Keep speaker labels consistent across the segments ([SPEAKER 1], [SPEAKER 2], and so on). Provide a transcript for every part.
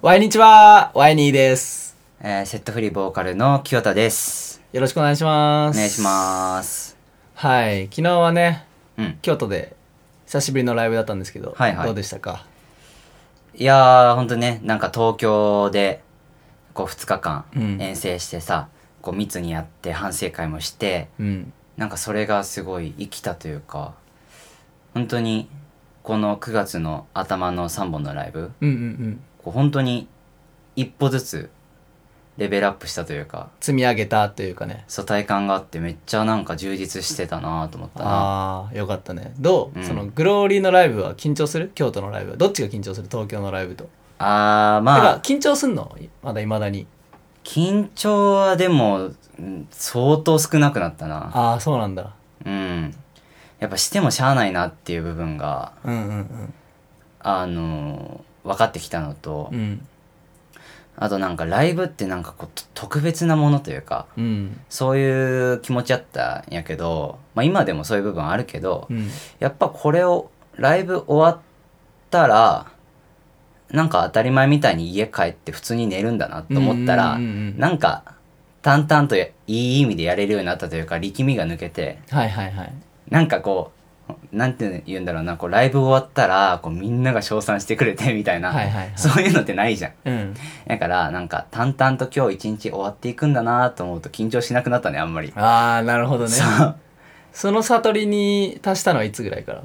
[SPEAKER 1] ワイニチは、ワイニーです。
[SPEAKER 2] えーセットフリーボーカルの清田です。
[SPEAKER 1] よろしくお願いしま
[SPEAKER 2] お
[SPEAKER 1] す。
[SPEAKER 2] 願いします。
[SPEAKER 1] はい、昨日はね、
[SPEAKER 2] うん。
[SPEAKER 1] 京都で久しぶりのライブだったんですけど、
[SPEAKER 2] はいはい
[SPEAKER 1] どうでしたか
[SPEAKER 2] いやー、ほんとね、なんか東京で、こう2日間
[SPEAKER 1] うん
[SPEAKER 2] 遠征してさ、こう密にやって反省会もして、
[SPEAKER 1] うん。
[SPEAKER 2] なんかそれがすごい生きたというか、本当にこの9月の頭の3本のライブ、
[SPEAKER 1] うんうんうん。
[SPEAKER 2] こう本当に一歩ずつレベルアップしたというか、
[SPEAKER 1] 積み上げたというかね。
[SPEAKER 2] そう体感があってめっちゃなんか充実してたなと思ったな。
[SPEAKER 1] ああ、よかったね。どう、
[SPEAKER 2] うん
[SPEAKER 1] そのグローリーのライブは緊張する京都のライブは。どっちが緊張する東京のライブと。
[SPEAKER 2] あー、
[SPEAKER 1] だか
[SPEAKER 2] まあ
[SPEAKER 1] ら。緊張すんのまだ未だに。
[SPEAKER 2] 緊張はでもうん相当少なくなったな
[SPEAKER 1] ああ、そうなんだ。
[SPEAKER 2] うんやっぱしてもしゃあないなっていう部分が
[SPEAKER 1] うんうんうん。
[SPEAKER 2] あの分かってきたのと、
[SPEAKER 1] うん。
[SPEAKER 2] あとなんかライブってなんかこうと特別なものというか
[SPEAKER 1] うん。
[SPEAKER 2] そういう気持ちあったんやけど、まあ、今でもそういう部分あるけど、
[SPEAKER 1] うん。
[SPEAKER 2] やっぱこれをライブ終わったらなんか当たり前みたいに家帰って普通に寝るんだなと思ったら、
[SPEAKER 1] うんうんうんうん
[SPEAKER 2] なんか淡々とやいい意味でやれるようになったというか力みが抜けて
[SPEAKER 1] はいはいはい。
[SPEAKER 2] なんかこうなんて言うんだろうなこうライブ終わったらこうみんなが称賛してくれて みたいな、
[SPEAKER 1] はいはいはい
[SPEAKER 2] そういうのってないじゃん
[SPEAKER 1] うん。
[SPEAKER 2] だからなんか淡々と今日一日終わっていくんだなと思うと緊張しなくなったねあんまり、
[SPEAKER 1] ああ、なるほどね。
[SPEAKER 2] そう
[SPEAKER 1] その悟りに達したのはいつぐらいから
[SPEAKER 2] い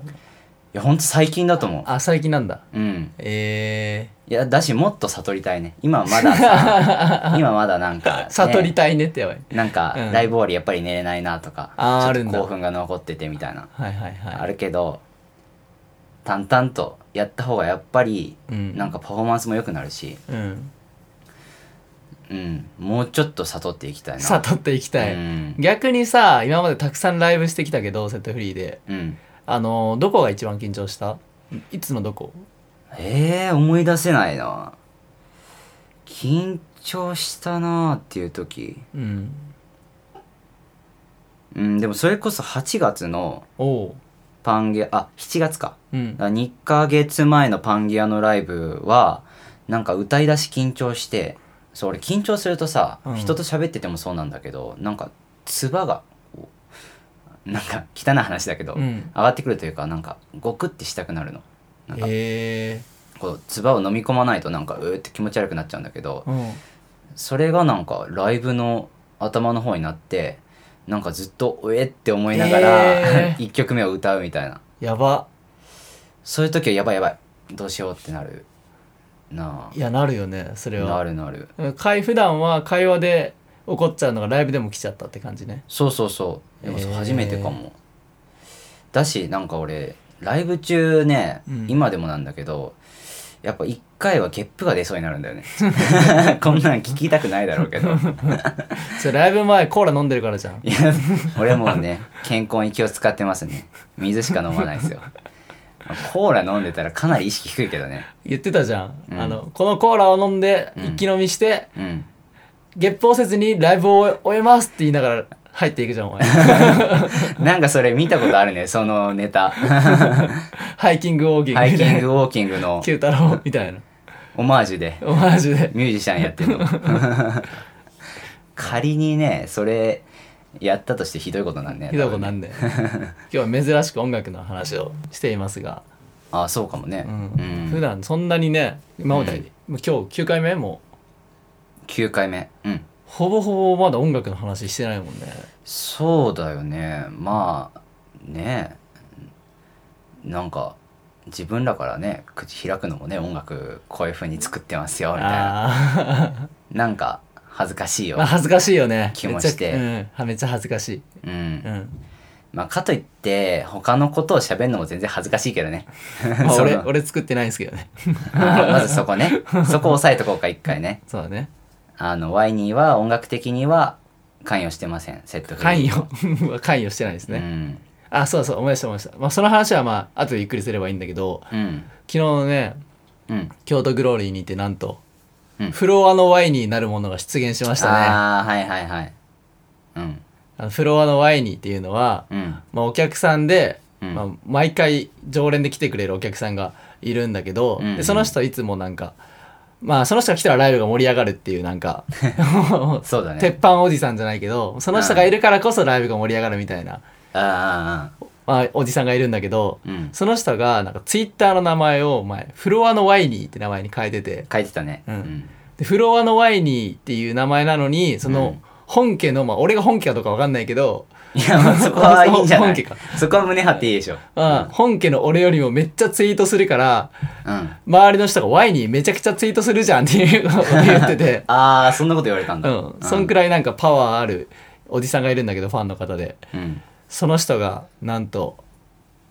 [SPEAKER 2] やほんと最近だと思う
[SPEAKER 1] あ、最近なんだ。
[SPEAKER 2] うん
[SPEAKER 1] え
[SPEAKER 2] いやだしもっと悟りたいね今ま ださ今まだなんか、ね
[SPEAKER 1] ー、悟りたいねってやばい。
[SPEAKER 2] なんか、
[SPEAKER 1] うん
[SPEAKER 2] ライブ終わりやっぱり寝れないなとか
[SPEAKER 1] あー
[SPEAKER 2] ちょっと
[SPEAKER 1] あるんだ
[SPEAKER 2] 興奮が残っててみたいな
[SPEAKER 1] はいはいはい。
[SPEAKER 2] あるけど淡々とやった方がやっぱり、
[SPEAKER 1] うん
[SPEAKER 2] なんかパフォーマンスも良くなるし、
[SPEAKER 1] うん。
[SPEAKER 2] うん、もうちょっと悟っていきたいな
[SPEAKER 1] 悟っていきたい。
[SPEAKER 2] うん
[SPEAKER 1] 逆にさ、今までたくさんライブしてきたけど、セットフリーで。
[SPEAKER 2] うん
[SPEAKER 1] あのー、どこが一番緊張したいつのどこ
[SPEAKER 2] えー、思い出せないな緊張したなっていう時、
[SPEAKER 1] うん。
[SPEAKER 2] うん、でもそれこそ8月の
[SPEAKER 1] おう。
[SPEAKER 2] パンゲあ7月か
[SPEAKER 1] うん。
[SPEAKER 2] 2ヶ月前のパンギアのライブはなんか歌い出し緊張してそう俺緊張するとさ、
[SPEAKER 1] うん
[SPEAKER 2] 人と喋っててもそうなんだけどなんか唾がこうなんか汚い話だけど、
[SPEAKER 1] うん。
[SPEAKER 2] 上がってくるというかなんかゴクってしたくなるのなんか
[SPEAKER 1] え
[SPEAKER 2] こう唾を飲み込まないとなんかうーって気持ち悪くなっちゃうんだけど
[SPEAKER 1] ー。うん。
[SPEAKER 2] それがなんかライブの頭の方になってなんかずっとうえって思いながら、
[SPEAKER 1] え
[SPEAKER 2] 一1曲目を歌うみたいな
[SPEAKER 1] やば。
[SPEAKER 2] そういう時はやばいやばいどうしようってなるない
[SPEAKER 1] や、なるよね、それ
[SPEAKER 2] あな
[SPEAKER 1] は。
[SPEAKER 2] るなる
[SPEAKER 1] 会普段は会話で怒っちゃうのがライブでも来ちゃったって感じね。
[SPEAKER 2] そうそうそうでもそう
[SPEAKER 1] へー
[SPEAKER 2] 初めてかも、だしなんか俺ライブ中ね、
[SPEAKER 1] うん
[SPEAKER 2] 今でもなんだけどやっぱ一回はゲップが出そうになるんだよね こんなん聞きたくないだろうけど
[SPEAKER 1] それライブ前コーラ飲んでるからじゃん。
[SPEAKER 2] いや俺もうね健康に気を使ってますね水しか飲まないですよコーラ飲んでたらかなり意識低いけどね
[SPEAKER 1] 言ってたじゃん、
[SPEAKER 2] うん
[SPEAKER 1] あのこのコーラを飲んで
[SPEAKER 2] うん
[SPEAKER 1] 一気飲みして、
[SPEAKER 2] うん
[SPEAKER 1] ゲップをせずにライブを終え終えますって言いながら入っていくじゃんお 前
[SPEAKER 2] なんかそれ見たことあるねその ネタ
[SPEAKER 1] ハイキングウォーキング
[SPEAKER 2] ハイキング
[SPEAKER 1] グ
[SPEAKER 2] ウォーキングの
[SPEAKER 1] 九太郎みたいな
[SPEAKER 2] オマージュで
[SPEAKER 1] オマージュで
[SPEAKER 2] ミュージシャンやっ てるの仮にねそれやったとしてひどいことなんね
[SPEAKER 1] ひどいことなんで今日は珍しく音楽の話をしていますが、
[SPEAKER 2] あそうかもね、
[SPEAKER 1] う
[SPEAKER 2] うんん
[SPEAKER 1] 普段そんなにね今まで、もう今日9回目もう
[SPEAKER 2] 9回目うん
[SPEAKER 1] ほぼほぼまだ音楽の話してないもんね
[SPEAKER 2] そうだよねまあねなんか自分らからね口開くのもね音楽こういう風に作ってますよみたいな
[SPEAKER 1] あ
[SPEAKER 2] なんか恥ずかしい
[SPEAKER 1] あ
[SPEAKER 2] よ
[SPEAKER 1] まあ、恥ずかしいよね
[SPEAKER 2] 気もし
[SPEAKER 1] め
[SPEAKER 2] て
[SPEAKER 1] っちゃ,、うん、めっちゃ恥ずかしい、
[SPEAKER 2] うん
[SPEAKER 1] うん、
[SPEAKER 2] まあかといって他のことを喋るのも全然恥ずかしいけどね
[SPEAKER 1] まあ
[SPEAKER 2] その
[SPEAKER 1] 俺俺作ってないんですけどね
[SPEAKER 2] あ ーまずそこねそこ押さえとこうか一回ね
[SPEAKER 1] そうだね
[SPEAKER 2] あのワイニーは音楽的には関与してませんセットフリー
[SPEAKER 1] 関与 関与してないです
[SPEAKER 2] う
[SPEAKER 1] ね、
[SPEAKER 2] ん
[SPEAKER 1] あそうそう思い出した思い出した、まあ、その話はまあ後でゆっくりすればいいんだけど
[SPEAKER 2] うん
[SPEAKER 1] 昨日のね
[SPEAKER 2] うん
[SPEAKER 1] 京都グローリーにてなんと、
[SPEAKER 2] うん
[SPEAKER 1] フロアのワイになるものが出現しましたねあ
[SPEAKER 2] ああはいはいはいうん
[SPEAKER 1] のフロアのワイニっていうのは、
[SPEAKER 2] うん
[SPEAKER 1] まあ、お客さんで、
[SPEAKER 2] うん
[SPEAKER 1] まあ、毎回常連で来てくれるお客さんがいるんだけど、
[SPEAKER 2] うんうん
[SPEAKER 1] でその人はいつもなんかまあ、その人が来たらライブが盛り上がるっていう、なんか、もう
[SPEAKER 2] そうだ
[SPEAKER 1] 鉄
[SPEAKER 2] ね
[SPEAKER 1] 板おじさんじゃないけど、その人がいるからこそライブが盛り上がるみたいな、
[SPEAKER 2] ああ
[SPEAKER 1] まあ、おじさんがいるんだけど、
[SPEAKER 2] うん
[SPEAKER 1] その人が、なんか、ツイッターの名前を、前、フロアのワイニーって名前に変えてて、
[SPEAKER 2] 書いてたね
[SPEAKER 1] うんでフロアのワイニーっていう名前なのに、その、
[SPEAKER 2] うん
[SPEAKER 1] 本家の、まあ、俺が本家かどうかわかんないけど、
[SPEAKER 2] いやまあそこはいいんじゃな
[SPEAKER 1] 本家
[SPEAKER 2] い
[SPEAKER 1] か
[SPEAKER 2] そこは胸張っていいでしょ
[SPEAKER 1] まあ、本家の俺よりもめっちゃツイートするから、
[SPEAKER 2] うん、
[SPEAKER 1] 周りの人がワイニーめちゃくちゃツイートするじゃんっていうのを言ってて
[SPEAKER 2] ああそんなこと言われたん
[SPEAKER 1] う
[SPEAKER 2] だ
[SPEAKER 1] ん、そんくらいなんかパワーあるおじさんがいるんだけど、ファンの方で。
[SPEAKER 2] うん
[SPEAKER 1] その人が、なんと、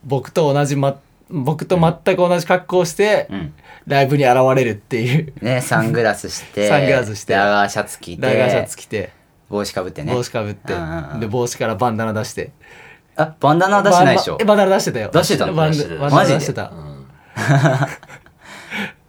[SPEAKER 1] 僕と同じま、僕と全く同じ格好をして、
[SPEAKER 2] うん
[SPEAKER 1] ライブに現れるっていう、
[SPEAKER 2] ねサングラスして
[SPEAKER 1] サングラスして
[SPEAKER 2] ラガーシャツ着て
[SPEAKER 1] ライガーシャツ着て、
[SPEAKER 2] 帽子かぶってね
[SPEAKER 1] 帽子かぶって
[SPEAKER 2] うんうんう、ん
[SPEAKER 1] で、帽子からバンダナ出して。
[SPEAKER 2] あバンダナ出してないでしょ
[SPEAKER 1] バンダえバンダナ出してたよ。
[SPEAKER 2] 出してたの
[SPEAKER 1] バン
[SPEAKER 3] 出してた
[SPEAKER 1] バンダナ出して
[SPEAKER 3] う
[SPEAKER 1] た。
[SPEAKER 3] ん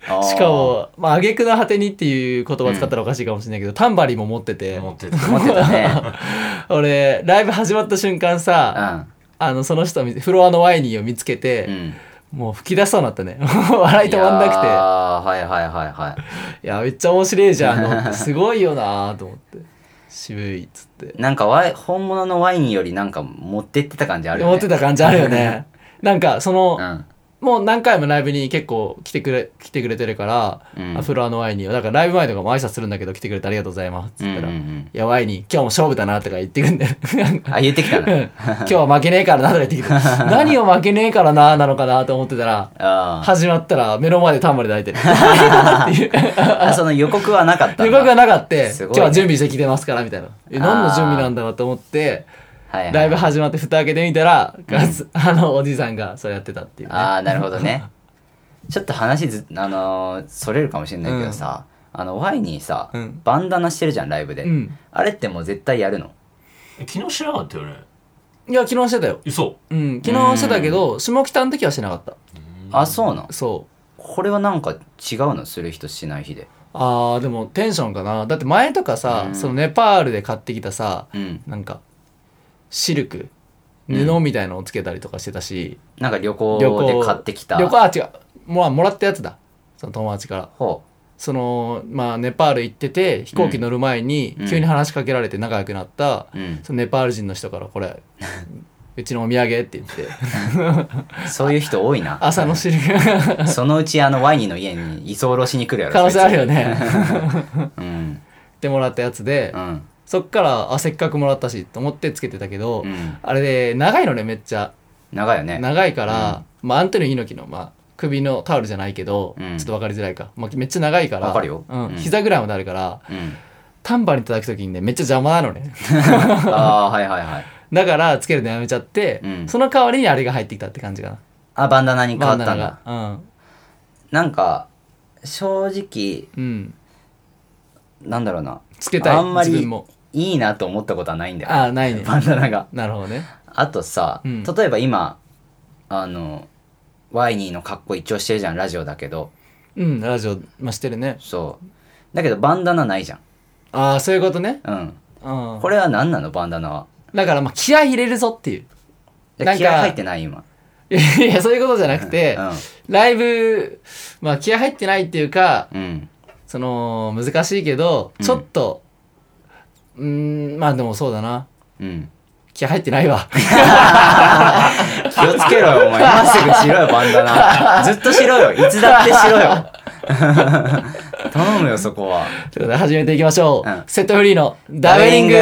[SPEAKER 2] あー
[SPEAKER 1] しかも、まあ、挙句の果てにっていう言葉使ったらおかしいかもしれないけど、タンバリンも持ってて、
[SPEAKER 3] 持ってた
[SPEAKER 2] 持ってたね
[SPEAKER 1] 俺、ライブ始まった瞬間さ、あの、その人見て、フロアのワイニーを見つけ
[SPEAKER 2] うんう
[SPEAKER 1] て、
[SPEAKER 2] ん
[SPEAKER 1] もう吹き出しそうになったね。 笑い止まん
[SPEAKER 2] いや
[SPEAKER 1] な
[SPEAKER 2] ーはいはいはいはい
[SPEAKER 1] くて、いや、めっちゃ面白いじゃんと 思って、すごいよなーと思って、渋いっつって。
[SPEAKER 2] なんかワイ本物のワインよりなんか持ってってた感じあるよね
[SPEAKER 1] 思ってた感じあるよ ね。なんか、その、
[SPEAKER 2] うん
[SPEAKER 1] もう何回もライブに結構来てくれ来てくれてるから、
[SPEAKER 2] うん
[SPEAKER 1] アフロアのワイニーをだからライブ前とかも挨拶するんだけど来てくれてありがとうございますっつったら「
[SPEAKER 2] うんうんうん
[SPEAKER 1] いやワイニー今日も勝負だな」とか言ってく んだよなんか
[SPEAKER 2] あ言ってきた
[SPEAKER 1] う
[SPEAKER 2] なん
[SPEAKER 1] 今日は負けねえからなとか言ってき て何を負けねえからななのかなと思ってたら
[SPEAKER 2] あー
[SPEAKER 1] 始まったら目の前でタンバリンで泣いてるっていう
[SPEAKER 2] あその予告はなかったんだ
[SPEAKER 1] 予告がなかった、
[SPEAKER 2] す
[SPEAKER 1] 今
[SPEAKER 2] ごい
[SPEAKER 1] 日
[SPEAKER 2] ね
[SPEAKER 1] は準備してきてますからみたいなえ何の準備なんだろうと思って
[SPEAKER 2] はいはい
[SPEAKER 1] ライブ始まって蓋開けてみたら、 あのおじさんがそうやってたっていうね
[SPEAKER 2] ああなるほどねちょっと話ずあのーそれるかもしれないけどさ、あのワイにさ、
[SPEAKER 1] うん
[SPEAKER 2] バンダナしてるじゃんライブで、
[SPEAKER 1] うん
[SPEAKER 2] あれってもう絶対やるの
[SPEAKER 3] 昨日しなかったよね
[SPEAKER 1] いや昨日してたよ
[SPEAKER 3] 嘘
[SPEAKER 1] うん、昨日してたけど、下北の時はしてなかっ
[SPEAKER 2] あそうなの
[SPEAKER 1] た。そ
[SPEAKER 2] これはなんか違うのする人しない日で
[SPEAKER 1] う。あー、でもテンションかな。だって前とかさ、
[SPEAKER 2] うん
[SPEAKER 1] そのネパールで買ってきたさ、
[SPEAKER 2] うん
[SPEAKER 1] なんか、シルク、布みたいのをつけたりとかしてたし、
[SPEAKER 2] なんか旅
[SPEAKER 1] 旅行
[SPEAKER 2] 行、で買ってきた
[SPEAKER 1] 旅行、あ、違う。もうもらったやつだ。その友達から。
[SPEAKER 2] ほ
[SPEAKER 1] その、まあ、ネパール行ってて、飛行機乗る前に
[SPEAKER 2] う、ん
[SPEAKER 1] 急に話しかけられて仲良くなった、
[SPEAKER 2] う、うん、
[SPEAKER 1] そのネパール人の人から、こ れ、うちのお土産って言って、
[SPEAKER 2] そういう人多い な
[SPEAKER 1] 朝のシルク、
[SPEAKER 2] そのうちあのワイニの家に居候しに来るやろ
[SPEAKER 1] 可能性あるよ
[SPEAKER 2] ね
[SPEAKER 1] ね。
[SPEAKER 2] うん
[SPEAKER 1] ってもらったやつで、
[SPEAKER 2] うん
[SPEAKER 1] そっからあせっかくもらったしと思ってつけてたけど、
[SPEAKER 2] うん
[SPEAKER 1] あれで長いのねめっちゃ
[SPEAKER 2] 長いよね
[SPEAKER 1] 長いから、まあ、アントニオ猪木の、まあ、首のタオルじゃないけど、
[SPEAKER 2] うん
[SPEAKER 1] ちょっと分かりづらいか、まあ、めっちゃ長いから
[SPEAKER 2] わかるよ
[SPEAKER 1] うん
[SPEAKER 2] うん
[SPEAKER 1] 膝ぐらいまであるから
[SPEAKER 2] うん
[SPEAKER 1] タンバリン叩く時にねめっちゃ邪魔なのね
[SPEAKER 2] ああーはいはいはい
[SPEAKER 1] だからつけるのやめちゃって、
[SPEAKER 2] うん
[SPEAKER 1] その代わりにあれが入ってきたって感じかな
[SPEAKER 2] あバンダナに変わった
[SPEAKER 1] バ
[SPEAKER 2] ん
[SPEAKER 1] ン
[SPEAKER 2] だ
[SPEAKER 1] ダナが
[SPEAKER 2] なんか正直
[SPEAKER 1] うん、うん、
[SPEAKER 2] なんだろうな
[SPEAKER 1] つけたい
[SPEAKER 2] あんまり
[SPEAKER 1] 自分も
[SPEAKER 2] いいなと思ったことはないんだよ
[SPEAKER 1] ああないね
[SPEAKER 2] バンダナが
[SPEAKER 1] なるほどね
[SPEAKER 2] あとさ、
[SPEAKER 1] うん
[SPEAKER 2] 例えば今あのワイニーの格好一応してるじゃんラジオだけど
[SPEAKER 1] うんラジオ、まあ、してるね
[SPEAKER 2] そうだけどバンダナないじゃん
[SPEAKER 1] ああそういうことね、
[SPEAKER 2] うん
[SPEAKER 1] うん、
[SPEAKER 2] これは何なのバンダナは
[SPEAKER 1] だからまあ気合い入れるぞっていう
[SPEAKER 2] いや
[SPEAKER 1] なんか
[SPEAKER 2] 気合入ってない今
[SPEAKER 1] いや、そういうことじゃなくて、ライブ、まあ気合入ってないっていうか、
[SPEAKER 2] うん、うん、
[SPEAKER 1] その、難しいけど、
[SPEAKER 2] うん
[SPEAKER 1] ちょっと、うーん、まあでもそうだな。
[SPEAKER 2] うん
[SPEAKER 1] 気合入ってない わ。
[SPEAKER 2] 気をつけろよお前今すぐしろよバ ンダナずっとしろよいつだってしろよ頼むよそこは
[SPEAKER 1] ということで始めていきましょう。
[SPEAKER 2] うん
[SPEAKER 1] セットフリーのダベリング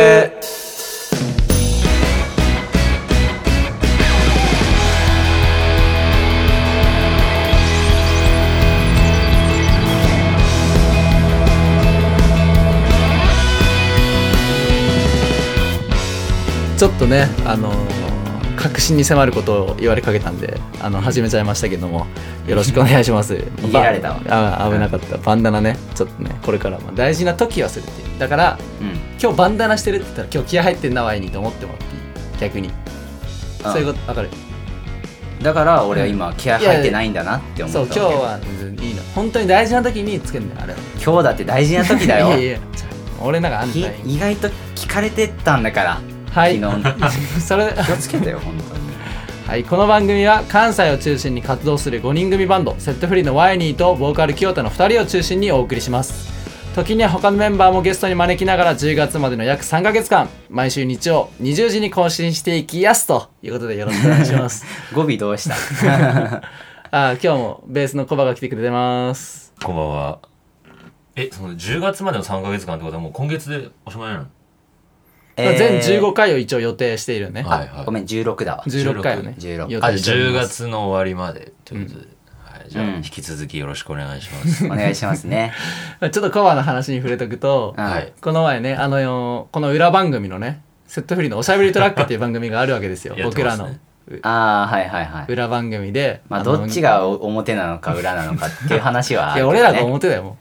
[SPEAKER 1] ちょっとね、あのー、確信に迫ることを言われかけたんで、あの、始めちゃいましたけども、よろしくお願いし ます。
[SPEAKER 2] 逃げられたわ
[SPEAKER 1] あ危なかった、バンダナねちょっとねこれからも大事な時はするっていうだから
[SPEAKER 2] うん
[SPEAKER 1] 今日バンダナしてるって言ったら今日気合入ってんなワイニーと思ってもらっていい逆にそういうことわかる
[SPEAKER 2] だから俺は今気合入ってないんだなって思った
[SPEAKER 1] そう今
[SPEAKER 2] わけ
[SPEAKER 1] 日は全然いいの本当に大事な時につけんだよあれは
[SPEAKER 2] 今日だって大事な時だよ
[SPEAKER 1] いやいやちょ俺なんかあんた
[SPEAKER 2] き
[SPEAKER 1] に
[SPEAKER 2] 意外と聞かれてたんだから、
[SPEAKER 1] はい
[SPEAKER 2] 昨 日
[SPEAKER 1] それ
[SPEAKER 2] 気をつけてよ本当に
[SPEAKER 1] はい、この番組は関西を中心に活動する5人組バンドセットフリーのワイニーとボーカル清田の2人を中心にお送りします時には他のメンバーもゲストに招きながら10月までの約3ヶ月間毎週日曜20時に更新していきやすということでよろしくお願いします
[SPEAKER 2] 語尾どうした
[SPEAKER 1] あー今日もベースのコバが来てくれてます
[SPEAKER 4] こんばんは。
[SPEAKER 3] え、その10月までの3ヶ月間ってことはもう今月でおしまいなの
[SPEAKER 1] まあ 全15
[SPEAKER 2] 回
[SPEAKER 1] 回を一応予定しているよね、
[SPEAKER 4] は
[SPEAKER 2] あごめん16だ わ
[SPEAKER 1] 16回をね
[SPEAKER 2] 16
[SPEAKER 1] 予
[SPEAKER 4] あ、
[SPEAKER 1] 定しており
[SPEAKER 4] 10
[SPEAKER 1] ます
[SPEAKER 4] 月の終わりまでということで。はい、じゃあ、
[SPEAKER 2] うん
[SPEAKER 4] 引き続きよろしくお願いしま す。
[SPEAKER 2] お願いしますね
[SPEAKER 1] まあちょっとコバの話に触れとくと、
[SPEAKER 2] うん
[SPEAKER 4] はい。
[SPEAKER 1] この前ねあのよこの裏番組のねセットフリーの「おしゃべりトラック」っていう番組があるわけですよ
[SPEAKER 4] やって
[SPEAKER 1] 僕ら
[SPEAKER 4] ますね
[SPEAKER 1] の
[SPEAKER 2] ああはいはいはい
[SPEAKER 1] 裏番組で
[SPEAKER 2] まあ
[SPEAKER 1] の
[SPEAKER 2] どっちがお表なのか裏なのかっていう話はあ
[SPEAKER 1] いや
[SPEAKER 2] るよね
[SPEAKER 1] 俺らが表だよも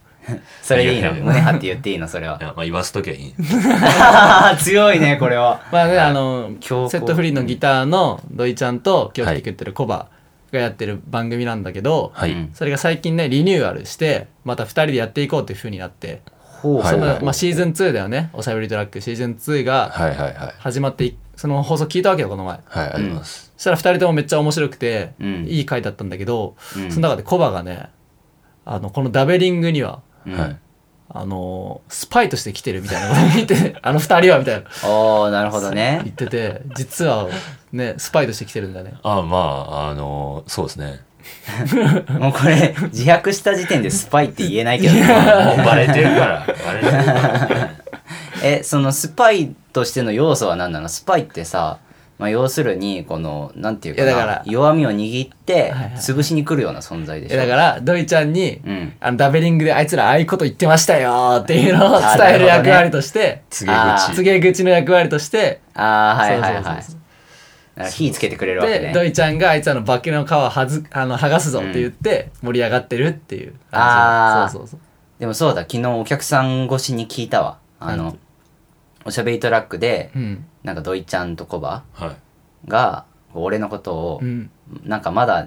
[SPEAKER 2] それでいいの
[SPEAKER 4] いやいやいや
[SPEAKER 2] 胸張って言っていいのそれはい
[SPEAKER 4] や、まあ言わせときゃいい。
[SPEAKER 2] 強いねこれは
[SPEAKER 1] うまあねあの
[SPEAKER 2] 強行
[SPEAKER 1] セットフリーのギターの土井ちゃんと今日来てくれてるコバがやってる番組なんだけど、
[SPEAKER 4] はい。
[SPEAKER 2] うん
[SPEAKER 1] それが最近ねリニューアルしてまた2人でやっていこうっていう風になって、
[SPEAKER 2] ほう
[SPEAKER 4] はい
[SPEAKER 1] そ
[SPEAKER 4] は
[SPEAKER 1] の
[SPEAKER 4] い
[SPEAKER 1] まあ、シーズン2だよね「おしゃべりトラック」シーズン2が
[SPEAKER 4] はいはいはい。
[SPEAKER 1] 始まっていその放送聞いたわけよこの前
[SPEAKER 4] はい、あります。
[SPEAKER 1] そしたら2人ともめっちゃ面白くて、
[SPEAKER 2] うん
[SPEAKER 1] いい回だったんだけど、
[SPEAKER 2] うん
[SPEAKER 1] その中でコバがねあのこのダベリングには
[SPEAKER 2] うん
[SPEAKER 4] はい。
[SPEAKER 1] あのスパイとして来てるみたいなことを見 てあの2人はみたいな
[SPEAKER 2] おーなるほど
[SPEAKER 1] 言
[SPEAKER 2] ね
[SPEAKER 1] ってて実はねスパイとして来てるんだね
[SPEAKER 4] あ、まあ、あの、そうです ね。
[SPEAKER 2] もうこれ自白した時点でスパイって言えないけどね
[SPEAKER 4] もうバレてるから。バレてるから。
[SPEAKER 2] えそのスパイとしての要素は何なのスパイってさ、まあ、要するにこのなんていうかない
[SPEAKER 1] やだから
[SPEAKER 2] 弱みを握って
[SPEAKER 1] はいはい
[SPEAKER 2] 潰しに来るような存在でしょ、
[SPEAKER 1] えだからドイちゃんに、
[SPEAKER 2] うん
[SPEAKER 1] あのダベリングであいつらああいうこと言ってましたよーっていうのを伝え
[SPEAKER 2] あー
[SPEAKER 1] る
[SPEAKER 2] なるほど
[SPEAKER 1] 役
[SPEAKER 2] ね
[SPEAKER 1] 割として、
[SPEAKER 4] 告げ
[SPEAKER 2] あ
[SPEAKER 4] 口。
[SPEAKER 1] 告げ口の役割として
[SPEAKER 2] ああはいはいはいだ
[SPEAKER 1] そうそうそうそ
[SPEAKER 2] か
[SPEAKER 1] う
[SPEAKER 2] ら火つけてくれるわけ
[SPEAKER 1] で、ド
[SPEAKER 2] ね
[SPEAKER 1] イちゃんがあいつらの化けの皮はずあの剥がすぞって言って盛り上がってるっていう感じ、
[SPEAKER 2] あー
[SPEAKER 1] そうそうそ
[SPEAKER 2] でもそうだ昨日お客さん越しに聞いたわあ
[SPEAKER 1] なん
[SPEAKER 2] のおしゃべりトラックで
[SPEAKER 1] ううん
[SPEAKER 2] なんか土井ちゃんとコバ
[SPEAKER 4] はい。
[SPEAKER 2] が俺のことを
[SPEAKER 1] うん
[SPEAKER 2] なんかまだ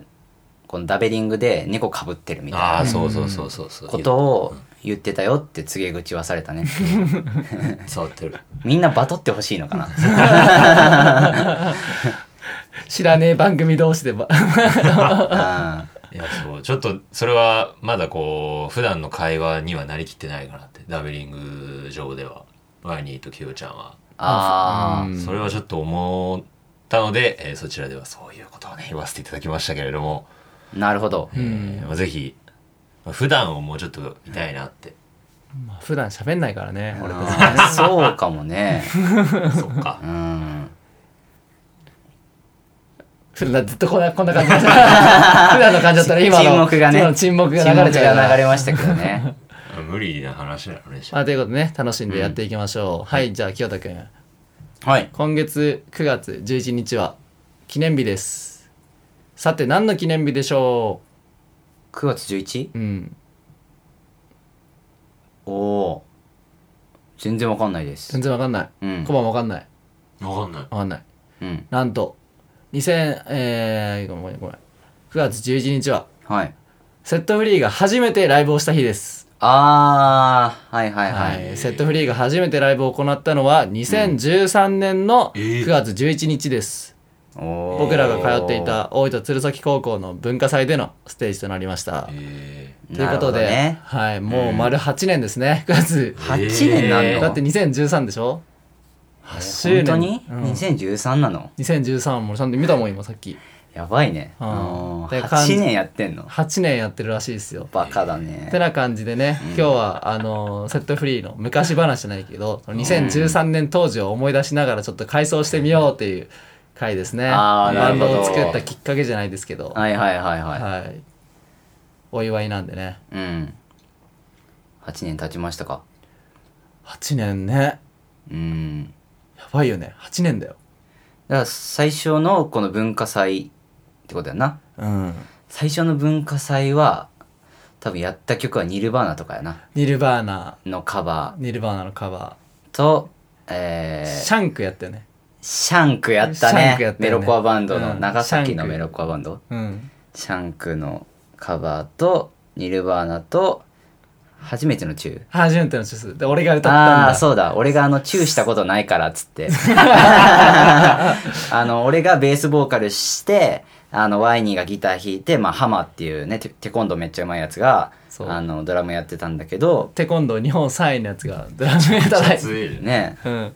[SPEAKER 2] このダベリングで猫かぶってるみたいな
[SPEAKER 4] ああ、そうそうそうそうそう。
[SPEAKER 2] ことを言ってたよって告げ口はされ たね
[SPEAKER 4] 触ってる。
[SPEAKER 2] みんなバトってほしいの かな
[SPEAKER 1] 知らねえ番組同士でば
[SPEAKER 2] あー
[SPEAKER 4] いや、そう。ちょっと、それは、まだこう、普段の会話にはなりきってないかなって。ダベリング上では。ワイニーとキヨちゃんは。
[SPEAKER 2] あ
[SPEAKER 1] うん
[SPEAKER 4] それはちょっと思ったので、えーそちらではそういうことをね、言わせていただきましたけれども、
[SPEAKER 2] ーなるほど
[SPEAKER 4] えーまあぜひ、まあ普段をもうちょっと見たいなって。
[SPEAKER 1] まあ普段喋んないからね俺たち
[SPEAKER 2] あーそうかも ね
[SPEAKER 4] そっか
[SPEAKER 2] う。ん
[SPEAKER 1] 普段だってずっとこんなこんな感じだった 普段の感じだったら今の
[SPEAKER 2] 沈黙がね
[SPEAKER 1] 今の沈黙が流れちゃう
[SPEAKER 2] 沈
[SPEAKER 1] から
[SPEAKER 2] 黙が流れましたけどね
[SPEAKER 4] 無理な話なのね。
[SPEAKER 1] まあ、ということでね楽しんでやっていきましょう、はいじゃあ清田君
[SPEAKER 2] はい
[SPEAKER 1] 今月9月11日は記念日ですさて何の記念日でしょ
[SPEAKER 2] 9月 11?
[SPEAKER 1] ううん
[SPEAKER 2] おおー全然わかんないです
[SPEAKER 1] 全然わかんない、
[SPEAKER 2] うん
[SPEAKER 1] コバもわかんない
[SPEAKER 3] わかんない。
[SPEAKER 1] わかんない
[SPEAKER 2] うん
[SPEAKER 1] なんと2000えー、ごめんごめん9月11日は
[SPEAKER 2] はい
[SPEAKER 1] セットフリーが初めてライブをした日です
[SPEAKER 2] あーはいはいは、
[SPEAKER 1] はいい、セットフリーが初めてライブを行ったのは2013年の
[SPEAKER 3] えー
[SPEAKER 1] 9月11日です、
[SPEAKER 2] おー
[SPEAKER 1] 僕らが通っていた大分鶴崎高校の文化祭でのステージとなりました、
[SPEAKER 4] え
[SPEAKER 1] ということで、
[SPEAKER 2] なるほどね
[SPEAKER 1] はい、もう丸8年ですね9月
[SPEAKER 4] ー
[SPEAKER 2] 8年なんの、
[SPEAKER 4] えー
[SPEAKER 1] だって2013でしょ8周
[SPEAKER 2] 本
[SPEAKER 1] 年
[SPEAKER 2] 当に、
[SPEAKER 1] うん
[SPEAKER 2] 2013なの
[SPEAKER 1] 2013もちゃんと見たもん今さっき
[SPEAKER 2] やばいね、
[SPEAKER 1] うん
[SPEAKER 2] あ
[SPEAKER 1] で
[SPEAKER 2] ー
[SPEAKER 1] 感じ
[SPEAKER 2] 8年やってんの
[SPEAKER 1] 8年やってるらしいですよ
[SPEAKER 2] バカだね
[SPEAKER 1] てな感じでね、今日はあのーセットフリーの昔話じゃないけど、2013年当時を思い出しながらちょっと回想してみようっていう回ですね。
[SPEAKER 2] あ
[SPEAKER 4] ーな
[SPEAKER 1] バ
[SPEAKER 4] る
[SPEAKER 1] ン
[SPEAKER 4] ほど
[SPEAKER 1] ドを作ったきっかけじゃないですけど、は。
[SPEAKER 2] はいはいはいはいい、
[SPEAKER 1] お祝いなんでね。
[SPEAKER 2] うん8年経ちましたか
[SPEAKER 1] 8年ね。
[SPEAKER 2] うん
[SPEAKER 1] やばいよね。8年だよ。
[SPEAKER 2] だから最初のこの文化祭ってことやな
[SPEAKER 1] うん。
[SPEAKER 2] 最初の文化祭は多分やった曲はニルバーナとかやな
[SPEAKER 1] ニルバーナ、
[SPEAKER 2] のカバ
[SPEAKER 1] ニルバーナのカバ
[SPEAKER 2] ーと
[SPEAKER 1] ー。
[SPEAKER 2] えー
[SPEAKER 1] シャンクやったよね。
[SPEAKER 2] シャンクやった
[SPEAKER 1] シャ
[SPEAKER 2] ね
[SPEAKER 1] ンクやった
[SPEAKER 2] メ
[SPEAKER 1] よね
[SPEAKER 2] ロコアバンド
[SPEAKER 1] う
[SPEAKER 2] の、
[SPEAKER 1] ん
[SPEAKER 2] 長崎
[SPEAKER 1] シャ
[SPEAKER 2] の
[SPEAKER 1] ンク
[SPEAKER 2] メロコアバンド
[SPEAKER 1] うん。
[SPEAKER 2] シャンクのカバーとニルバーナと初めてのチュー
[SPEAKER 1] 初めてのチュースで俺が歌ったん
[SPEAKER 2] ああー
[SPEAKER 1] だ
[SPEAKER 2] そうだ俺があのチューしたことないからっつって あの俺がベースボーカルしてあのワイニーがギター弾いて、まあ、ハマっていうねテテコンドーめっちゃうまいやつが
[SPEAKER 1] そう
[SPEAKER 2] あのドラムやってたんだけど
[SPEAKER 1] テコンドー日本3位のやつがドラム叩いて
[SPEAKER 4] い
[SPEAKER 2] ね
[SPEAKER 1] うん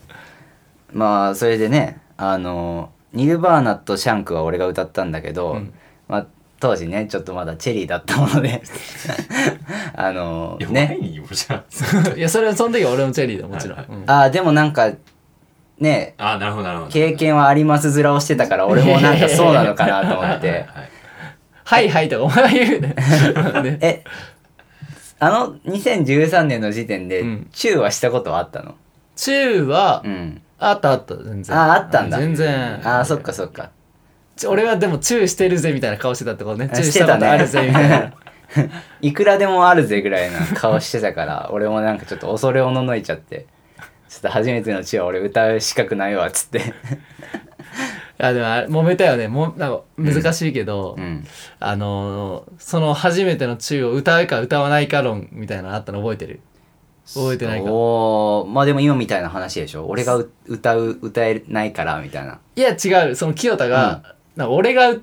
[SPEAKER 2] まあそれでねあのニルバーナとシャンクは俺が歌ったんだけど、
[SPEAKER 1] うん
[SPEAKER 2] まあ、当時ねちょっとまだチェリーだったもので あの
[SPEAKER 4] や
[SPEAKER 2] ね
[SPEAKER 4] ワイニーもじゃ
[SPEAKER 1] いやそれその時は俺もチェリーだもちろん、うん
[SPEAKER 2] ああでもなんかね
[SPEAKER 4] ああなるほどなるほど
[SPEAKER 2] 経験はあります面をしてたから俺もなんかそうなのかなと 思って
[SPEAKER 4] はい
[SPEAKER 1] はいはいとかお前言う ねね
[SPEAKER 2] えあの2013年の時点で
[SPEAKER 1] うん
[SPEAKER 2] チューはしたことはあったの
[SPEAKER 1] チューは
[SPEAKER 2] うん
[SPEAKER 1] あったあった全然
[SPEAKER 2] ああったんだ
[SPEAKER 1] 全然
[SPEAKER 2] ああそっかそっか
[SPEAKER 1] ち俺はでもチューしてるぜみたいな顔してたってことね
[SPEAKER 2] あ
[SPEAKER 1] チューしたことあるぜみたい な、
[SPEAKER 2] いくらでもあるぜぐらいな顔してたから俺もなんかちょっと恐れおののいちゃってちょっと初めてのチューは俺歌う資格ないわっつって
[SPEAKER 1] あでもあれ揉めたよねもなんか難しいけど、
[SPEAKER 2] うん
[SPEAKER 1] あのーその初めてのチューを歌うか歌わないか論みたいなのあったの覚えてる覚えてないか
[SPEAKER 2] おーまあでも今みたいな話でしょ俺がう歌う歌えないからみたいない
[SPEAKER 1] や違うその清田が、なんか俺が下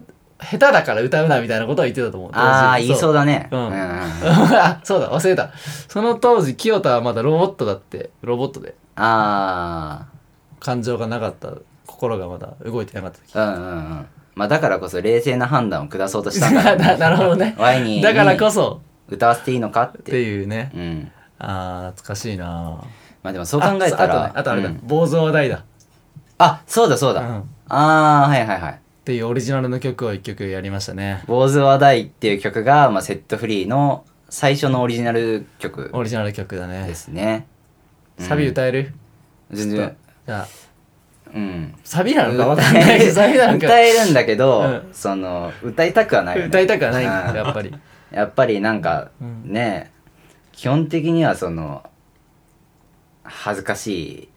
[SPEAKER 1] 手だから歌うなみたいなことは言ってたと思う
[SPEAKER 2] ああ
[SPEAKER 1] 当時
[SPEAKER 2] 言いそうだね
[SPEAKER 1] うん
[SPEAKER 2] うん
[SPEAKER 1] あそう だ忘れたその当時清田はまだロボットだってロボットで
[SPEAKER 2] あ
[SPEAKER 1] 感情がなかった心がまだ動いてなかった時
[SPEAKER 2] あうんうんうんまあだからこそ冷静な判断を下そうとしたんだ
[SPEAKER 1] な
[SPEAKER 2] ろうね
[SPEAKER 1] なるほどね
[SPEAKER 2] ワイニー
[SPEAKER 1] だからこ
[SPEAKER 2] に
[SPEAKER 1] そ
[SPEAKER 2] 歌わせていいのかっ
[SPEAKER 1] って
[SPEAKER 2] て
[SPEAKER 1] いうね
[SPEAKER 2] うん
[SPEAKER 1] あー懐かしいな
[SPEAKER 2] まあでもそう考えたら
[SPEAKER 1] ああとあれだ
[SPEAKER 2] うん
[SPEAKER 1] 坊主話題だ
[SPEAKER 2] あそうだそうだ、
[SPEAKER 1] うんっ
[SPEAKER 2] ああはいはいはい
[SPEAKER 1] ていうオリジナルの曲を一曲やりましたね
[SPEAKER 2] 「坊主話題」っていう曲が、まあ、セットフリーの最初のオリジナル曲
[SPEAKER 1] オリジナル曲だね
[SPEAKER 2] ですね
[SPEAKER 1] サビ歌える
[SPEAKER 2] 全然
[SPEAKER 1] じゃあ
[SPEAKER 2] うん
[SPEAKER 1] サビなのか わかんないけどサビなのか
[SPEAKER 2] 歌えるんだけど、
[SPEAKER 1] うん
[SPEAKER 2] その歌いたくはないよね
[SPEAKER 1] 歌いたくはないんだ
[SPEAKER 2] うん
[SPEAKER 1] やっぱり
[SPEAKER 2] やっぱりなんか
[SPEAKER 1] うん
[SPEAKER 2] ね、基本的にはその恥ずかしい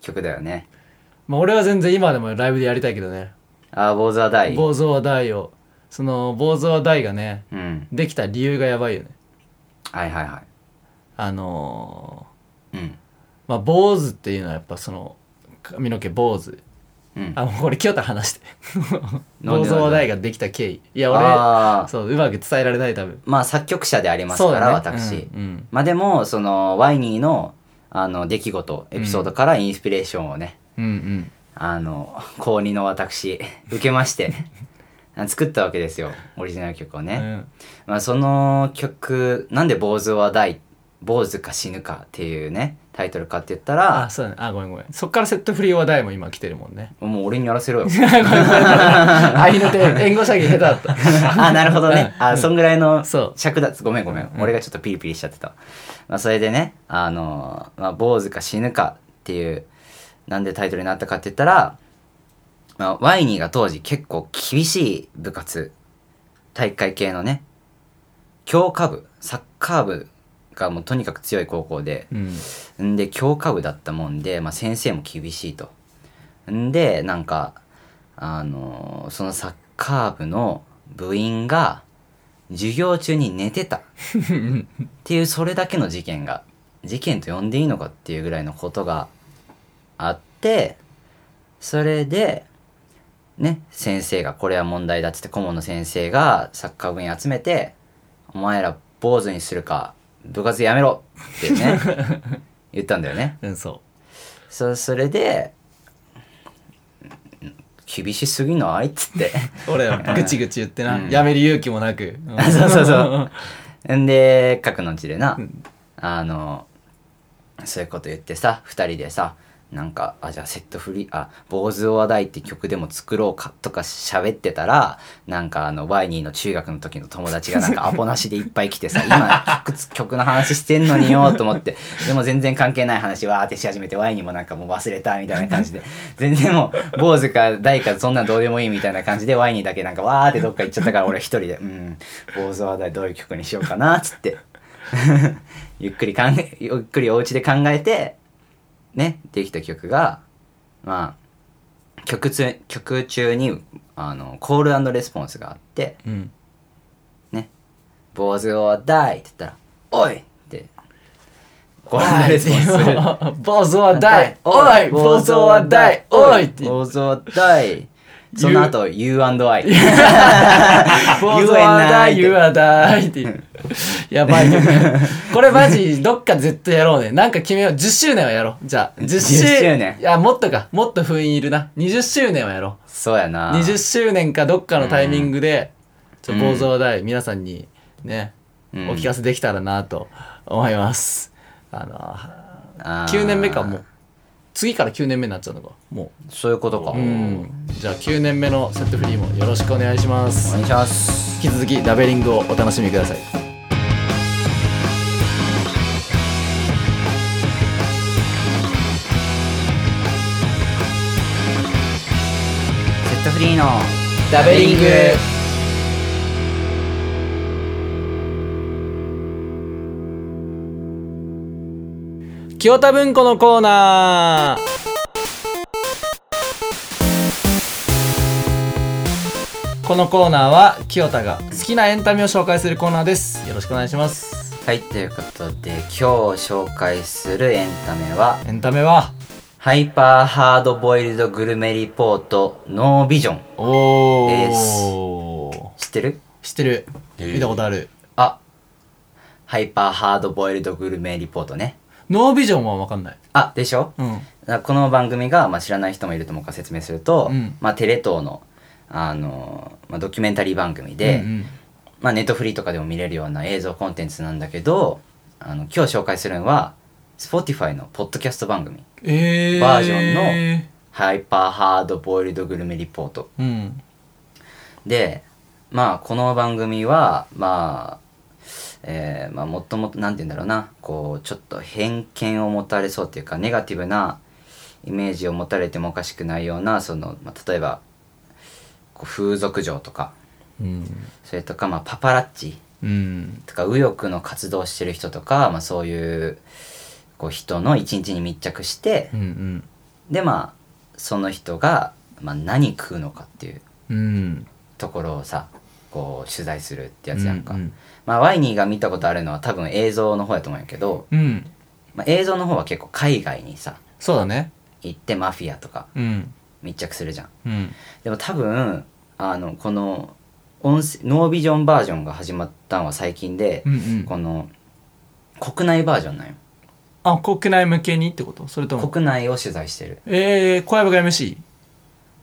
[SPEAKER 2] 曲だよね。
[SPEAKER 1] まあ俺は全然今でもライブでやりたいけどね
[SPEAKER 2] あー坊主は大。
[SPEAKER 1] 坊主話題をその坊主話題がね
[SPEAKER 2] うん。
[SPEAKER 1] できた理由がやばいよね
[SPEAKER 2] はいはいは
[SPEAKER 1] あの
[SPEAKER 2] い。うん。
[SPEAKER 1] ーまあ坊主っていうのはやっぱその髪の毛坊主
[SPEAKER 2] うん。
[SPEAKER 1] あもうこれ清田話して
[SPEAKER 2] なん
[SPEAKER 1] 坊
[SPEAKER 2] で
[SPEAKER 1] 主話題ができた経緯いや俺
[SPEAKER 2] あー
[SPEAKER 1] そううまく伝えられない多分
[SPEAKER 2] まあ作曲者であります
[SPEAKER 1] そう
[SPEAKER 2] か
[SPEAKER 1] だ
[SPEAKER 2] ら、
[SPEAKER 1] ね
[SPEAKER 2] 私。
[SPEAKER 1] うんうん
[SPEAKER 2] まあでもそのワイニーのあの出来事エピソードからインスピレーションをね、
[SPEAKER 1] うんうん
[SPEAKER 2] あの高2の私受けまして 作ったわけですよオリジナル曲をね。
[SPEAKER 1] うん
[SPEAKER 2] まあ、その曲なんで「坊主は大坊主か死ぬか」っていうねタイトルかって言った
[SPEAKER 1] あ
[SPEAKER 2] ら
[SPEAKER 1] そうだねあごめんごめんそっからセットフリー話題も今来てるもん ね
[SPEAKER 2] もう俺にや らせろよ
[SPEAKER 1] 愛の手援護射撃下手だった
[SPEAKER 2] あなるほどねあそんぐらいの
[SPEAKER 1] そう
[SPEAKER 2] 尺だごめんごめん俺がちょっとピリピリしちゃってた、まあ、それでね「あのまあ、坊主か死ぬか」っていうなんでタイトルになったかって言ったら、まあ、ワイニーが当時結構厳しい部活体育会系のね強化部サッカー部がもうとにかく強い高校で、
[SPEAKER 1] うん
[SPEAKER 2] んで教科部だったもんで、まあ、先生も厳しいとんでなんかあのーそのサッカー部の部員が授業中に寝てたっていうそれだけの事件が事件と呼んでいいのかっていうぐらいのことがあってそれでね先生がこれは問題だっつって顧問の先生がサッカー部に集めて「お前ら坊主にするか部活やめろ」ってね言ったんだよね
[SPEAKER 1] うんそ
[SPEAKER 2] そそれで「厳しすぎない?」っつって
[SPEAKER 1] う 俺はぐちぐち言ってな、
[SPEAKER 2] うん
[SPEAKER 1] やめる勇気もなく、うん
[SPEAKER 2] そうそうそうんで核の地でな、あのそういうこと言ってさ2人でさなんかあじゃあセットフリーあ「坊主を話題」って曲でも作ろうかとか喋ってたらなんかあのワイニーの中学の時の友達がなんかアポなしでいっぱい来てさ 今曲曲の話してんのによと思ってでも全然関係ない話わーってし始めてワイニーもなんかもう忘れたみたいな感じで全然もう坊主か大かそんなんどうでもいいみたいな感じでワイニーだけなんかわーってどっか行っちゃったから俺一人で「うん坊主話題どういう曲にしようかな」っつって。ゆっくり考え、ゆっくりお家で考えて、ね、できた曲が、まあ、曲中、曲中に、あの、コールレスポンスがあって、
[SPEAKER 1] うん
[SPEAKER 2] ね、坊主を大って言ったら、おいってこんなレスポンス する
[SPEAKER 1] 坊主は大おい坊主は大おいって言って
[SPEAKER 2] 坊主は大その後 U&I
[SPEAKER 1] 坊主は大言うは大って言うやばいね これマジどっか絶対やろうねなんか決めよう10周年はやろうじゃあ10
[SPEAKER 2] 10周年
[SPEAKER 1] いやもっとかもっと封印いるな20周年はやろ
[SPEAKER 2] そうや
[SPEAKER 1] う
[SPEAKER 2] な
[SPEAKER 1] 20周年かどっかのタイミングでちょ
[SPEAKER 2] うん
[SPEAKER 1] 坊主は大皆さんにねお
[SPEAKER 2] うん
[SPEAKER 1] 聞かせできたらなと思いますあの
[SPEAKER 2] あー
[SPEAKER 1] 9年目かもう次から9年目になっちゃうのかも
[SPEAKER 2] そういうことか
[SPEAKER 1] う
[SPEAKER 2] お
[SPEAKER 1] うんじゃあ9年目のセットフリーもよろしくお願いします
[SPEAKER 2] 願いします
[SPEAKER 1] 引き続きラベリングをお楽しみください
[SPEAKER 2] セットフリーの
[SPEAKER 1] ラベリング清田文庫のコーナーこのコーナーは清田が好きなエンタメを紹介するコーナーですよろしくお願いします
[SPEAKER 2] はいということで今日紹介するエンタメは
[SPEAKER 1] エンタメは
[SPEAKER 2] ハイパーハードボイルドグルメリポートノービジョン
[SPEAKER 1] お
[SPEAKER 2] ー知ってる
[SPEAKER 1] 知ってる
[SPEAKER 4] えー
[SPEAKER 1] 見たことある
[SPEAKER 2] あハイパーハードボイルドグルメリポートね
[SPEAKER 1] ノービジョンは分かんない
[SPEAKER 2] あでしょ
[SPEAKER 1] うん
[SPEAKER 2] だからこの番組が、まあ、知らない人もいると思うから説明すると、
[SPEAKER 1] うん
[SPEAKER 2] まあ、テレ東の、あのまあ、ドキュメンタリー番組で、
[SPEAKER 1] うんうん
[SPEAKER 2] まあ、ネットフリーとかでも見れるような映像コンテンツなんだけどあの今日紹介するのは Spotify のポッドキャスト番組
[SPEAKER 1] えー、
[SPEAKER 2] バージョンの「ハイパーハードボイルドグルメリポート
[SPEAKER 1] うん」
[SPEAKER 2] でまあこの番組はまあえーまあ、もっともっとなんて言うんだろうなこうちょっと偏見を持たれそうっていうかネガティブなイメージを持たれてもおかしくないようなその、まあ、例えばこう風俗嬢とか
[SPEAKER 1] うん
[SPEAKER 2] それとか、まあ、パパラッチ
[SPEAKER 1] うん
[SPEAKER 2] とか右翼の活動してる人とか、まあ、そういうこう人の一日に密着して
[SPEAKER 1] う、ん
[SPEAKER 2] でまあその人が、まあ、何食うのかっていう
[SPEAKER 1] うんうん
[SPEAKER 2] ところをさこう取材するってやつやんか、
[SPEAKER 1] うん
[SPEAKER 2] まあ、ワイニーが見たことあるのは多分映像の方やと思うんやけど、
[SPEAKER 1] うん
[SPEAKER 2] まあ、映像の方は結構海外にさ
[SPEAKER 1] そうだね
[SPEAKER 2] 行ってマフィアとか
[SPEAKER 1] うん
[SPEAKER 2] 密着するじゃん
[SPEAKER 1] うん
[SPEAKER 2] でも多分あのこの音声ノービジョンバージョンが始まったのは最近で
[SPEAKER 1] う、んうん
[SPEAKER 2] この国内バージョンなんよ
[SPEAKER 1] あ国内向けにってことそれとも
[SPEAKER 2] 国内を取材してる
[SPEAKER 1] えー、小籔が MC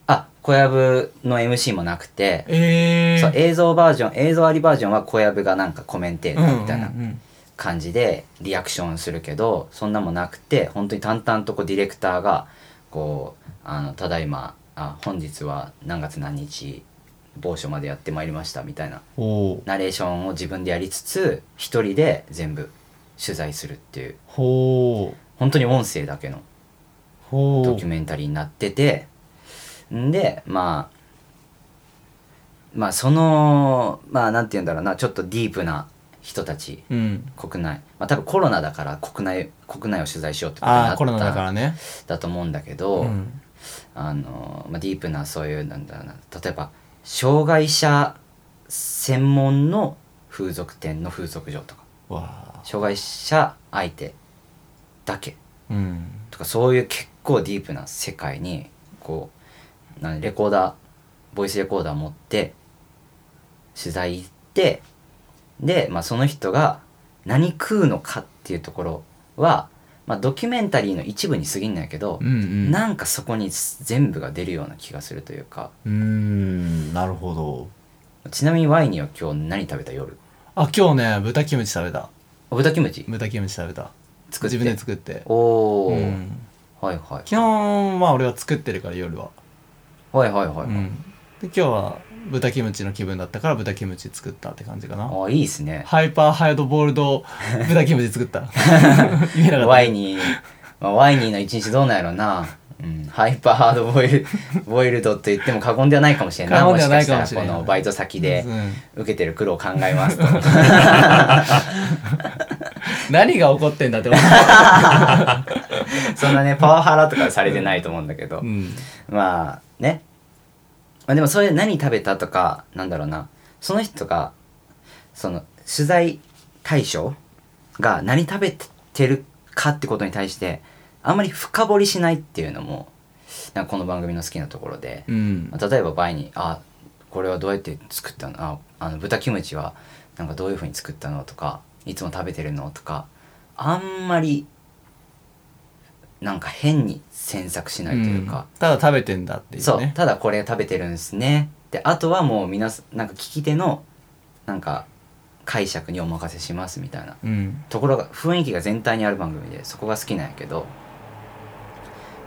[SPEAKER 2] あ小籔の MC もなくて、
[SPEAKER 1] えー、
[SPEAKER 2] そう映像バージョン映像ありバージョンは小籔がなんかコメンテーターみたいな
[SPEAKER 1] うんうんうん
[SPEAKER 2] 感じでリアクションするけどそんなもなくて本当に淡々とこうディレクターがこうあのただいまあ本日は何月何日某所までやってまいりましたみたいな
[SPEAKER 1] ほう
[SPEAKER 2] ナレーションを自分でやりつつ一人で全部取材するっていう
[SPEAKER 1] ほう
[SPEAKER 2] 本当に音声だけの
[SPEAKER 1] ほう
[SPEAKER 2] ドキュメンタリーになっててんでまあまあそのまあなんて言うんだろうなちょっとディープな人たち
[SPEAKER 1] うん
[SPEAKER 2] 国内まあ多分コロナだから国内国内を取材しようってことに
[SPEAKER 1] あ
[SPEAKER 2] な
[SPEAKER 1] あ
[SPEAKER 2] っ
[SPEAKER 1] コロナだか
[SPEAKER 2] た
[SPEAKER 1] らね
[SPEAKER 2] だと思うんだけ
[SPEAKER 1] う
[SPEAKER 2] ど、
[SPEAKER 1] ん
[SPEAKER 2] あのまあ、ディープなそういうなんだろうな例えば障害者専門の風俗店の風俗嬢とか
[SPEAKER 1] わあ
[SPEAKER 2] 障害者相手だけ
[SPEAKER 1] うん
[SPEAKER 2] とかそういう結構ディープな世界にこうなんレコーダーボイスレコーダー持って取材行ってで、まあ、その人が何食うのかっていうところは、まあ、ドキュメンタリーの一部に過ぎんないけど
[SPEAKER 1] うん、うん
[SPEAKER 2] なんかそこに全部が出るような気がするというか
[SPEAKER 1] うーんなるほど
[SPEAKER 2] ちなみにワイニーは今日何食べた夜
[SPEAKER 1] あ今日ね豚キムチ食べた
[SPEAKER 2] お豚キムチ
[SPEAKER 1] 豚キムチ食べた
[SPEAKER 2] 作って
[SPEAKER 1] 自分で作って
[SPEAKER 2] おお
[SPEAKER 1] う
[SPEAKER 2] ー、
[SPEAKER 1] ん
[SPEAKER 2] はいはい
[SPEAKER 1] 基本まあ俺は作ってるから夜は
[SPEAKER 2] はいはいはい、
[SPEAKER 1] うん、で今日は豚キムチの気分だったから豚キムチ作ったって感じかな
[SPEAKER 2] ああいいですね
[SPEAKER 1] ハイパーハイドボールド豚キムチ作った 言えなか
[SPEAKER 2] ワ
[SPEAKER 1] っ
[SPEAKER 2] イニー、まあ、ワイニーの一日どうなんやろうな、うん、ハイパーハードボイル ボイルドと言っても過言ではないかもしれんない
[SPEAKER 1] 過言
[SPEAKER 2] も
[SPEAKER 1] で
[SPEAKER 2] し
[SPEAKER 1] はな
[SPEAKER 2] か
[SPEAKER 1] い
[SPEAKER 2] し
[SPEAKER 1] か
[SPEAKER 2] た
[SPEAKER 1] も
[SPEAKER 2] ら
[SPEAKER 1] し
[SPEAKER 2] こ
[SPEAKER 1] れん
[SPEAKER 2] のバイト先
[SPEAKER 1] た
[SPEAKER 2] で
[SPEAKER 1] うん
[SPEAKER 2] 受けてる苦労を考えますと
[SPEAKER 1] 何が起こってんだって思っ
[SPEAKER 2] そんなねパワハラとかされてないと思うんだけど
[SPEAKER 1] た、うん、
[SPEAKER 2] まあね、まあ、でもそういう何食べたとかなんだろうなその人がその取材対象が何食べてるかってことに対してあんまり深掘りしないっていうのもなんかこの番組の好きなところで、
[SPEAKER 1] うん
[SPEAKER 2] 例えば場合に「あこれはどうやって作ったのああの豚キムチはなんかどういうふうに作ったの?」とか「いつも食べてるの?」とかあんまりなんか変に詮索しないというか、
[SPEAKER 1] ただ食べてんだっていうね
[SPEAKER 2] そうただこれ食べてるんですねであとはもう皆さんなんか聞き手のなんか解釈にお任せしますみたいな
[SPEAKER 1] うん
[SPEAKER 2] ところが雰囲気が全体にある番組でそこが好きなんやけど、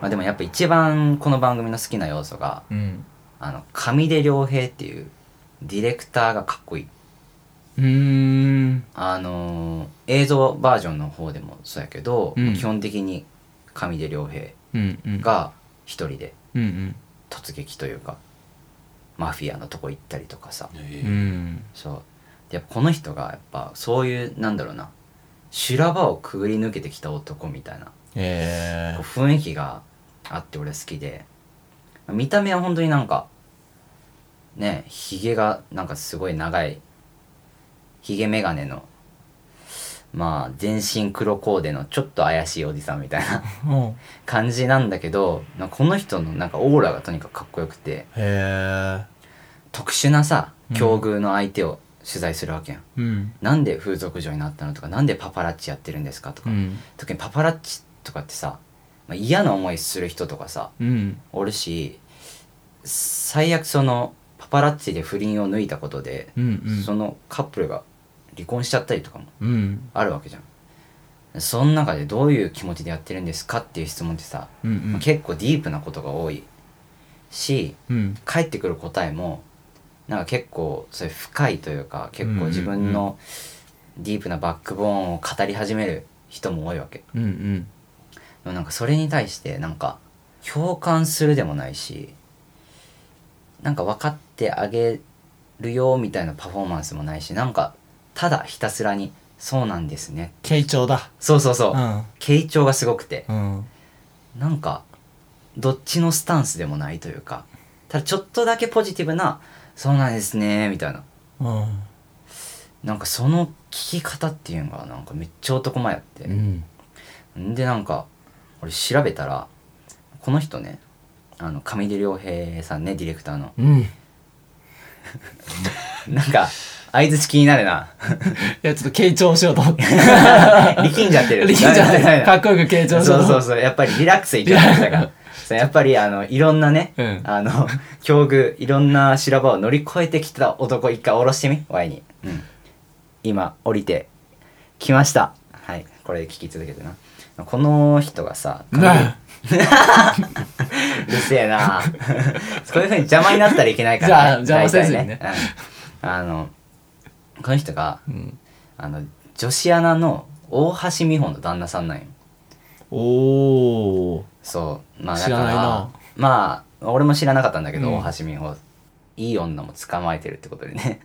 [SPEAKER 2] まあ、でもやっぱ一番この番組の好きな要素が
[SPEAKER 1] うん
[SPEAKER 2] あの上出良平っていうディレクターがかっこいいう
[SPEAKER 1] ーん
[SPEAKER 2] あのー映像バージョンの方でもそうやけど、
[SPEAKER 1] うん
[SPEAKER 2] 基本的に上出良平
[SPEAKER 1] うんうん
[SPEAKER 2] が一人で
[SPEAKER 1] うん
[SPEAKER 2] 突撃というかマフィアのとこ行ったりとかさ
[SPEAKER 1] うんうん
[SPEAKER 2] そうでやっぱこの人がやっぱそういうなんだろうな修羅場をくぐり抜けてきた男みたいな
[SPEAKER 1] え
[SPEAKER 2] こう雰囲気があって俺好きで見た目は本当になんかねひげがなんかすごい長いひげ眼鏡のまあ全身黒コーデのちょっと怪しいおじさんみたいな
[SPEAKER 1] ー、お
[SPEAKER 2] 感じなんだけどなんかこの人のなんかオーラがとにかくかっこよくて
[SPEAKER 1] へえ
[SPEAKER 2] 特殊なさ境遇の相手を取材するわけやん、
[SPEAKER 1] うん
[SPEAKER 2] なんで風俗嬢になったのとかなんでパパラッチやってるんですかと
[SPEAKER 1] う
[SPEAKER 2] か、
[SPEAKER 1] ん
[SPEAKER 2] 特にパパラッチとかってさ、まあ、嫌な思いする人とかさ
[SPEAKER 1] うん
[SPEAKER 2] おるし最悪そのパパラッチで不倫を抜いたことで、
[SPEAKER 1] うんうん
[SPEAKER 2] そのカップルが離婚しちゃったりとかも
[SPEAKER 1] うん
[SPEAKER 2] あるわけじゃんその中でどういう気持ちでやってるんですかっていう質問ってさ、
[SPEAKER 1] うんうん
[SPEAKER 2] 結構ディープなことが多いし
[SPEAKER 1] うん
[SPEAKER 2] 返ってくる答えもなんか結構それ深いというか結構自分のディープなバックボーンを語り始める人も多いわけ
[SPEAKER 1] うんうん
[SPEAKER 2] でもなんかそれに対してなんか共感するでもないしなんか分かってあげるよみたいなパフォーマンスもないしなんかただひたすらに「そうなんですね
[SPEAKER 1] 傾聴だ」
[SPEAKER 2] そうそうそううん傾聴がすごくて
[SPEAKER 1] うん
[SPEAKER 2] なんかどっちのスタンスでもないというかただちょっとだけポジティブな「そうなんですね」みたいな
[SPEAKER 1] うん
[SPEAKER 2] なんかその聞き方っていうのがなんかめっちゃ男前やって。
[SPEAKER 1] うん
[SPEAKER 2] んでなんか俺調べたらこの人ねあの上出良平さんねディレクターの
[SPEAKER 1] うんい
[SPEAKER 2] なんか相づち気になる な
[SPEAKER 1] やちょっと傾聴しようと思って
[SPEAKER 2] 力んじゃってる
[SPEAKER 1] 力んじゃ
[SPEAKER 2] ダメ
[SPEAKER 1] な
[SPEAKER 2] ダ
[SPEAKER 1] い
[SPEAKER 2] メ
[SPEAKER 1] か
[SPEAKER 2] ダ
[SPEAKER 1] っこよく傾
[SPEAKER 2] メ
[SPEAKER 1] 聴しよ
[SPEAKER 2] そうう
[SPEAKER 1] と
[SPEAKER 2] そ
[SPEAKER 1] 思
[SPEAKER 2] う
[SPEAKER 1] って
[SPEAKER 2] そうやっぱりリラックスいっちゃってたからそうやっぱりあのいろんなね、
[SPEAKER 1] うん
[SPEAKER 2] あの境遇いろんな修羅場を乗り越えてきた男一回下ろしてみワイに、うん、今降りてきましたはいこれで聞き続けてなこの人がさ上出
[SPEAKER 1] なあ
[SPEAKER 2] うるせえなこういうふうに邪魔になったらいけないか
[SPEAKER 1] じゃあ
[SPEAKER 2] ら、
[SPEAKER 1] 邪魔せずにね
[SPEAKER 2] 大体うんあのこの人が
[SPEAKER 1] うん
[SPEAKER 2] あの女子アナの大橋美穂の旦那さんなんよ
[SPEAKER 1] おお
[SPEAKER 2] そうまあだ
[SPEAKER 1] 知
[SPEAKER 2] か
[SPEAKER 1] ら
[SPEAKER 2] ら
[SPEAKER 1] ないな
[SPEAKER 2] まあ俺も知らなかったんだけど、
[SPEAKER 1] うん
[SPEAKER 2] 大橋美穂いい女も捕まえてるってことで ね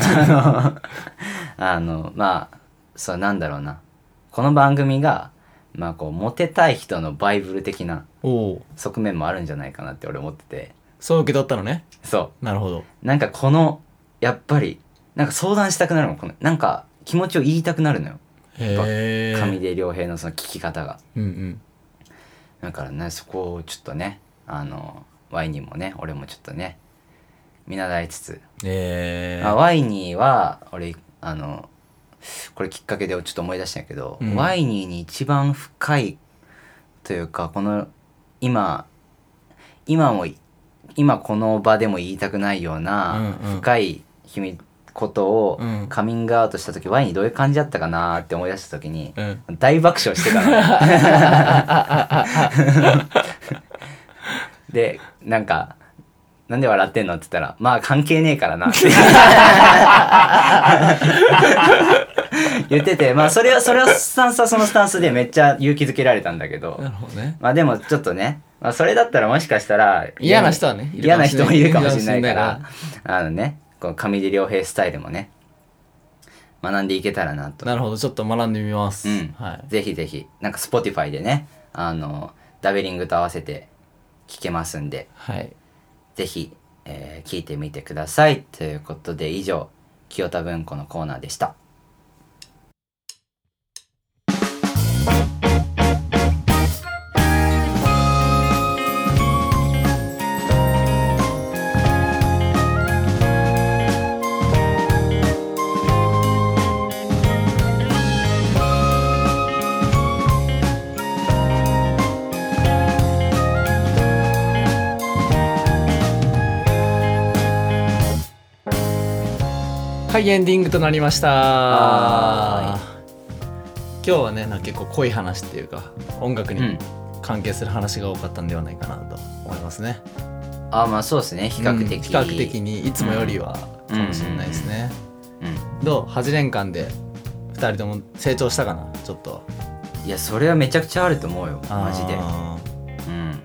[SPEAKER 2] あのあのまあそうなんだろうなこの番組がまあこうモテたい人のバイブル的な
[SPEAKER 1] おお
[SPEAKER 2] 側面もあるんじゃないかなって俺思ってて
[SPEAKER 1] そう受け取ったのね
[SPEAKER 2] そう
[SPEAKER 1] なるほど
[SPEAKER 2] なんかこのやっぱりなんか相談したくなるのこのなんか気持ちを言いたくなるのよ
[SPEAKER 1] へえ
[SPEAKER 2] 上出良平のその聞き方が
[SPEAKER 1] うんうん
[SPEAKER 2] だからねそこをちょっとねあのワイニーもね俺もちょっとね見習いつつ、
[SPEAKER 1] え
[SPEAKER 2] まあ、
[SPEAKER 1] ー、
[SPEAKER 2] ワイニーは俺あのこれきっかけでちょっと思い出したんやけど、
[SPEAKER 1] うん
[SPEAKER 2] ワイニーに一番深いというかこの今今も今この場でも言いたくないような
[SPEAKER 1] うんうん
[SPEAKER 2] 深い秘密ことを
[SPEAKER 1] うん
[SPEAKER 2] カミングアウトした時、ワイニーどういう感じだったかなって思い出した時に、
[SPEAKER 1] うん
[SPEAKER 2] 大爆笑してたの でなんか「なんで笑ってんの?」って言ったら「まあ関係ねえから な」って言っててまあそれはそれはスタンスはそのスタンスでめっちゃ勇気づけられたんだけど
[SPEAKER 1] なるほどね
[SPEAKER 2] まあでもちょっとね、まあ、それだったらもしかしたら
[SPEAKER 1] 嫌な人はね
[SPEAKER 2] 嫌ない
[SPEAKER 1] る
[SPEAKER 2] 人
[SPEAKER 1] かもしれない
[SPEAKER 2] もいるかもしれないか
[SPEAKER 1] い
[SPEAKER 2] ら
[SPEAKER 1] るか
[SPEAKER 2] あのねこう上出良平スタイルもね学んでいけたらなと
[SPEAKER 1] なるほどちょっと学んでみます、
[SPEAKER 2] うん
[SPEAKER 1] はい
[SPEAKER 2] ぜひぜひなんか Spotify でねあのダベリングと合わせて聴けますんで
[SPEAKER 1] はい
[SPEAKER 2] ぜひ、えー聞いてみてくださいということで以上清田文庫のコーナーでした
[SPEAKER 1] はいエンディングとなりました
[SPEAKER 2] は
[SPEAKER 1] 今日はねなんか結構濃い話っていうか音楽
[SPEAKER 2] うん
[SPEAKER 1] に関係する話が多かったんではないかなと思いますね、
[SPEAKER 2] あまあそうですね比較的、
[SPEAKER 1] うん比較的にいつもよりはかもしれないですね、
[SPEAKER 2] うん
[SPEAKER 1] どう8年間で2人とも成長したかなちょっと
[SPEAKER 2] いやそれはめちゃくちゃあると思うよ
[SPEAKER 1] あー
[SPEAKER 2] マジでうん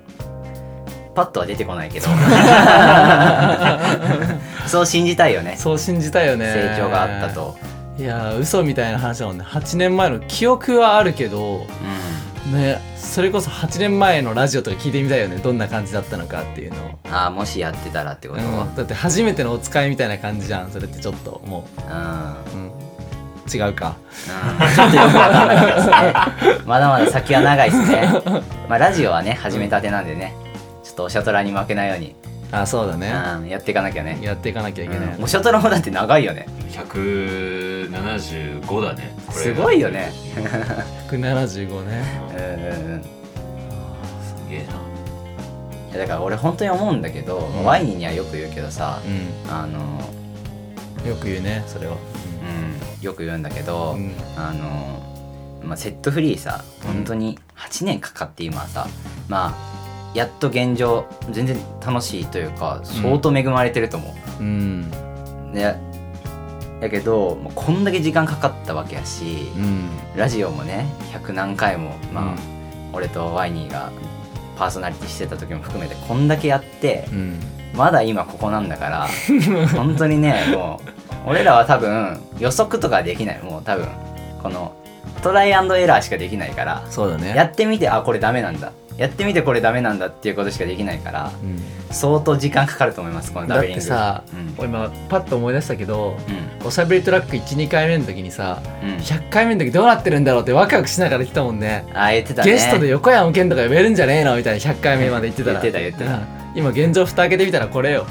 [SPEAKER 2] パッとは出てこないけど そう信じたいよね
[SPEAKER 1] そう信じたいよね
[SPEAKER 2] 成長があったと、
[SPEAKER 1] いやー嘘みたいな話だもんね8年前の記憶はあるけど
[SPEAKER 2] う
[SPEAKER 1] ねそれこそ8年前のラジオとか聞いてみたいよねどんな感じだったのかっていうのを、
[SPEAKER 2] ん、あーもしやってたらってこと、うん
[SPEAKER 1] うんだって初めてのお使いみたいな感じじゃんそれってちょっともう、うん、違うか
[SPEAKER 2] うんちょっとよくわかんな いですね。まだまだ先は長いですね。まあラジオはね始めたてなんでね、ちょっとおしゃとらに負けないように、
[SPEAKER 1] あそうだね、
[SPEAKER 2] うん、やっていかなきゃね。
[SPEAKER 1] やっていかなきゃいけないよね、
[SPEAKER 2] うんおしゃとらもだって長いよね。
[SPEAKER 4] 175だねこれ
[SPEAKER 2] すごいよね。
[SPEAKER 1] 175ね
[SPEAKER 2] うんうんうん。
[SPEAKER 4] すげえない
[SPEAKER 2] やだから俺本当に思うんだけど、ワイニーにはよく言うけどさ、
[SPEAKER 1] う
[SPEAKER 2] あの、
[SPEAKER 1] んよく言うねそれは
[SPEAKER 2] うん、よく言うんだけど、
[SPEAKER 1] うん
[SPEAKER 2] あの、まあ、セットフリーさ本当に8年かかって今はさまあやっと現状全然楽しいというか相当恵まれてると思
[SPEAKER 1] うん
[SPEAKER 2] う、でやけどもうこんだけ時間かかったわけやし、
[SPEAKER 1] うん
[SPEAKER 2] ラジオもね100何回もまあ、
[SPEAKER 1] うん
[SPEAKER 2] 俺とワイニーがパーソナリティしてた時も含めてこんだけやって、
[SPEAKER 1] うん
[SPEAKER 2] まだ今ここなんだから 本当にねもう俺らは多分予測とかできないもう多分このトライアンドエラーしかできないから
[SPEAKER 1] そうだね
[SPEAKER 2] やってみてあこれダメなんだやってみてこれダメなんだっていうことしかできないから
[SPEAKER 1] うん
[SPEAKER 2] 相当時間かかると思いますこのダ
[SPEAKER 1] だっ
[SPEAKER 2] ベリン
[SPEAKER 1] て
[SPEAKER 2] グ
[SPEAKER 1] さ
[SPEAKER 2] うん
[SPEAKER 1] 俺今パッと思い出したけど
[SPEAKER 2] うん
[SPEAKER 1] おしゃべりトラック12回目の時にさ
[SPEAKER 2] うん
[SPEAKER 1] 100回目の時どうなってるんだろうってワクワクしながら来たもんね
[SPEAKER 2] あ言ってたね
[SPEAKER 1] ゲストで横山健とか呼べるんじゃねえのみたいな100回目まで言ってたら
[SPEAKER 2] 言ってた言ってた
[SPEAKER 1] うん今現状蓋開けてみたらこれよ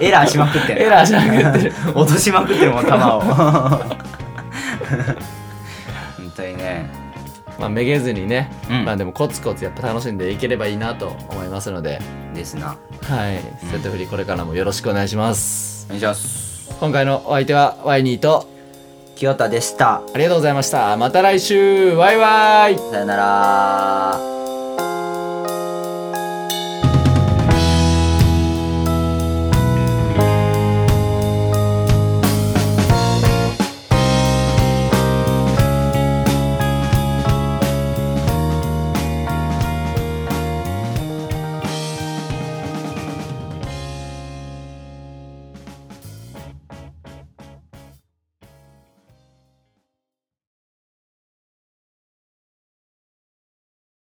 [SPEAKER 2] エラーしまくってる
[SPEAKER 1] エラーしまく ってる
[SPEAKER 2] 落としまくってるもん球を 本当にね
[SPEAKER 1] まあめげずにね
[SPEAKER 2] うん
[SPEAKER 1] まあでもコツコツやっぱ楽しんでいければいいなと思いますので
[SPEAKER 2] ですな
[SPEAKER 1] はいセットフリーこれからもよろしくお願いします
[SPEAKER 2] お願いします
[SPEAKER 1] 今回のお相手はワイニーと
[SPEAKER 2] 清田でした
[SPEAKER 1] ありがとうございましたまた来週バイバイ
[SPEAKER 2] さよなら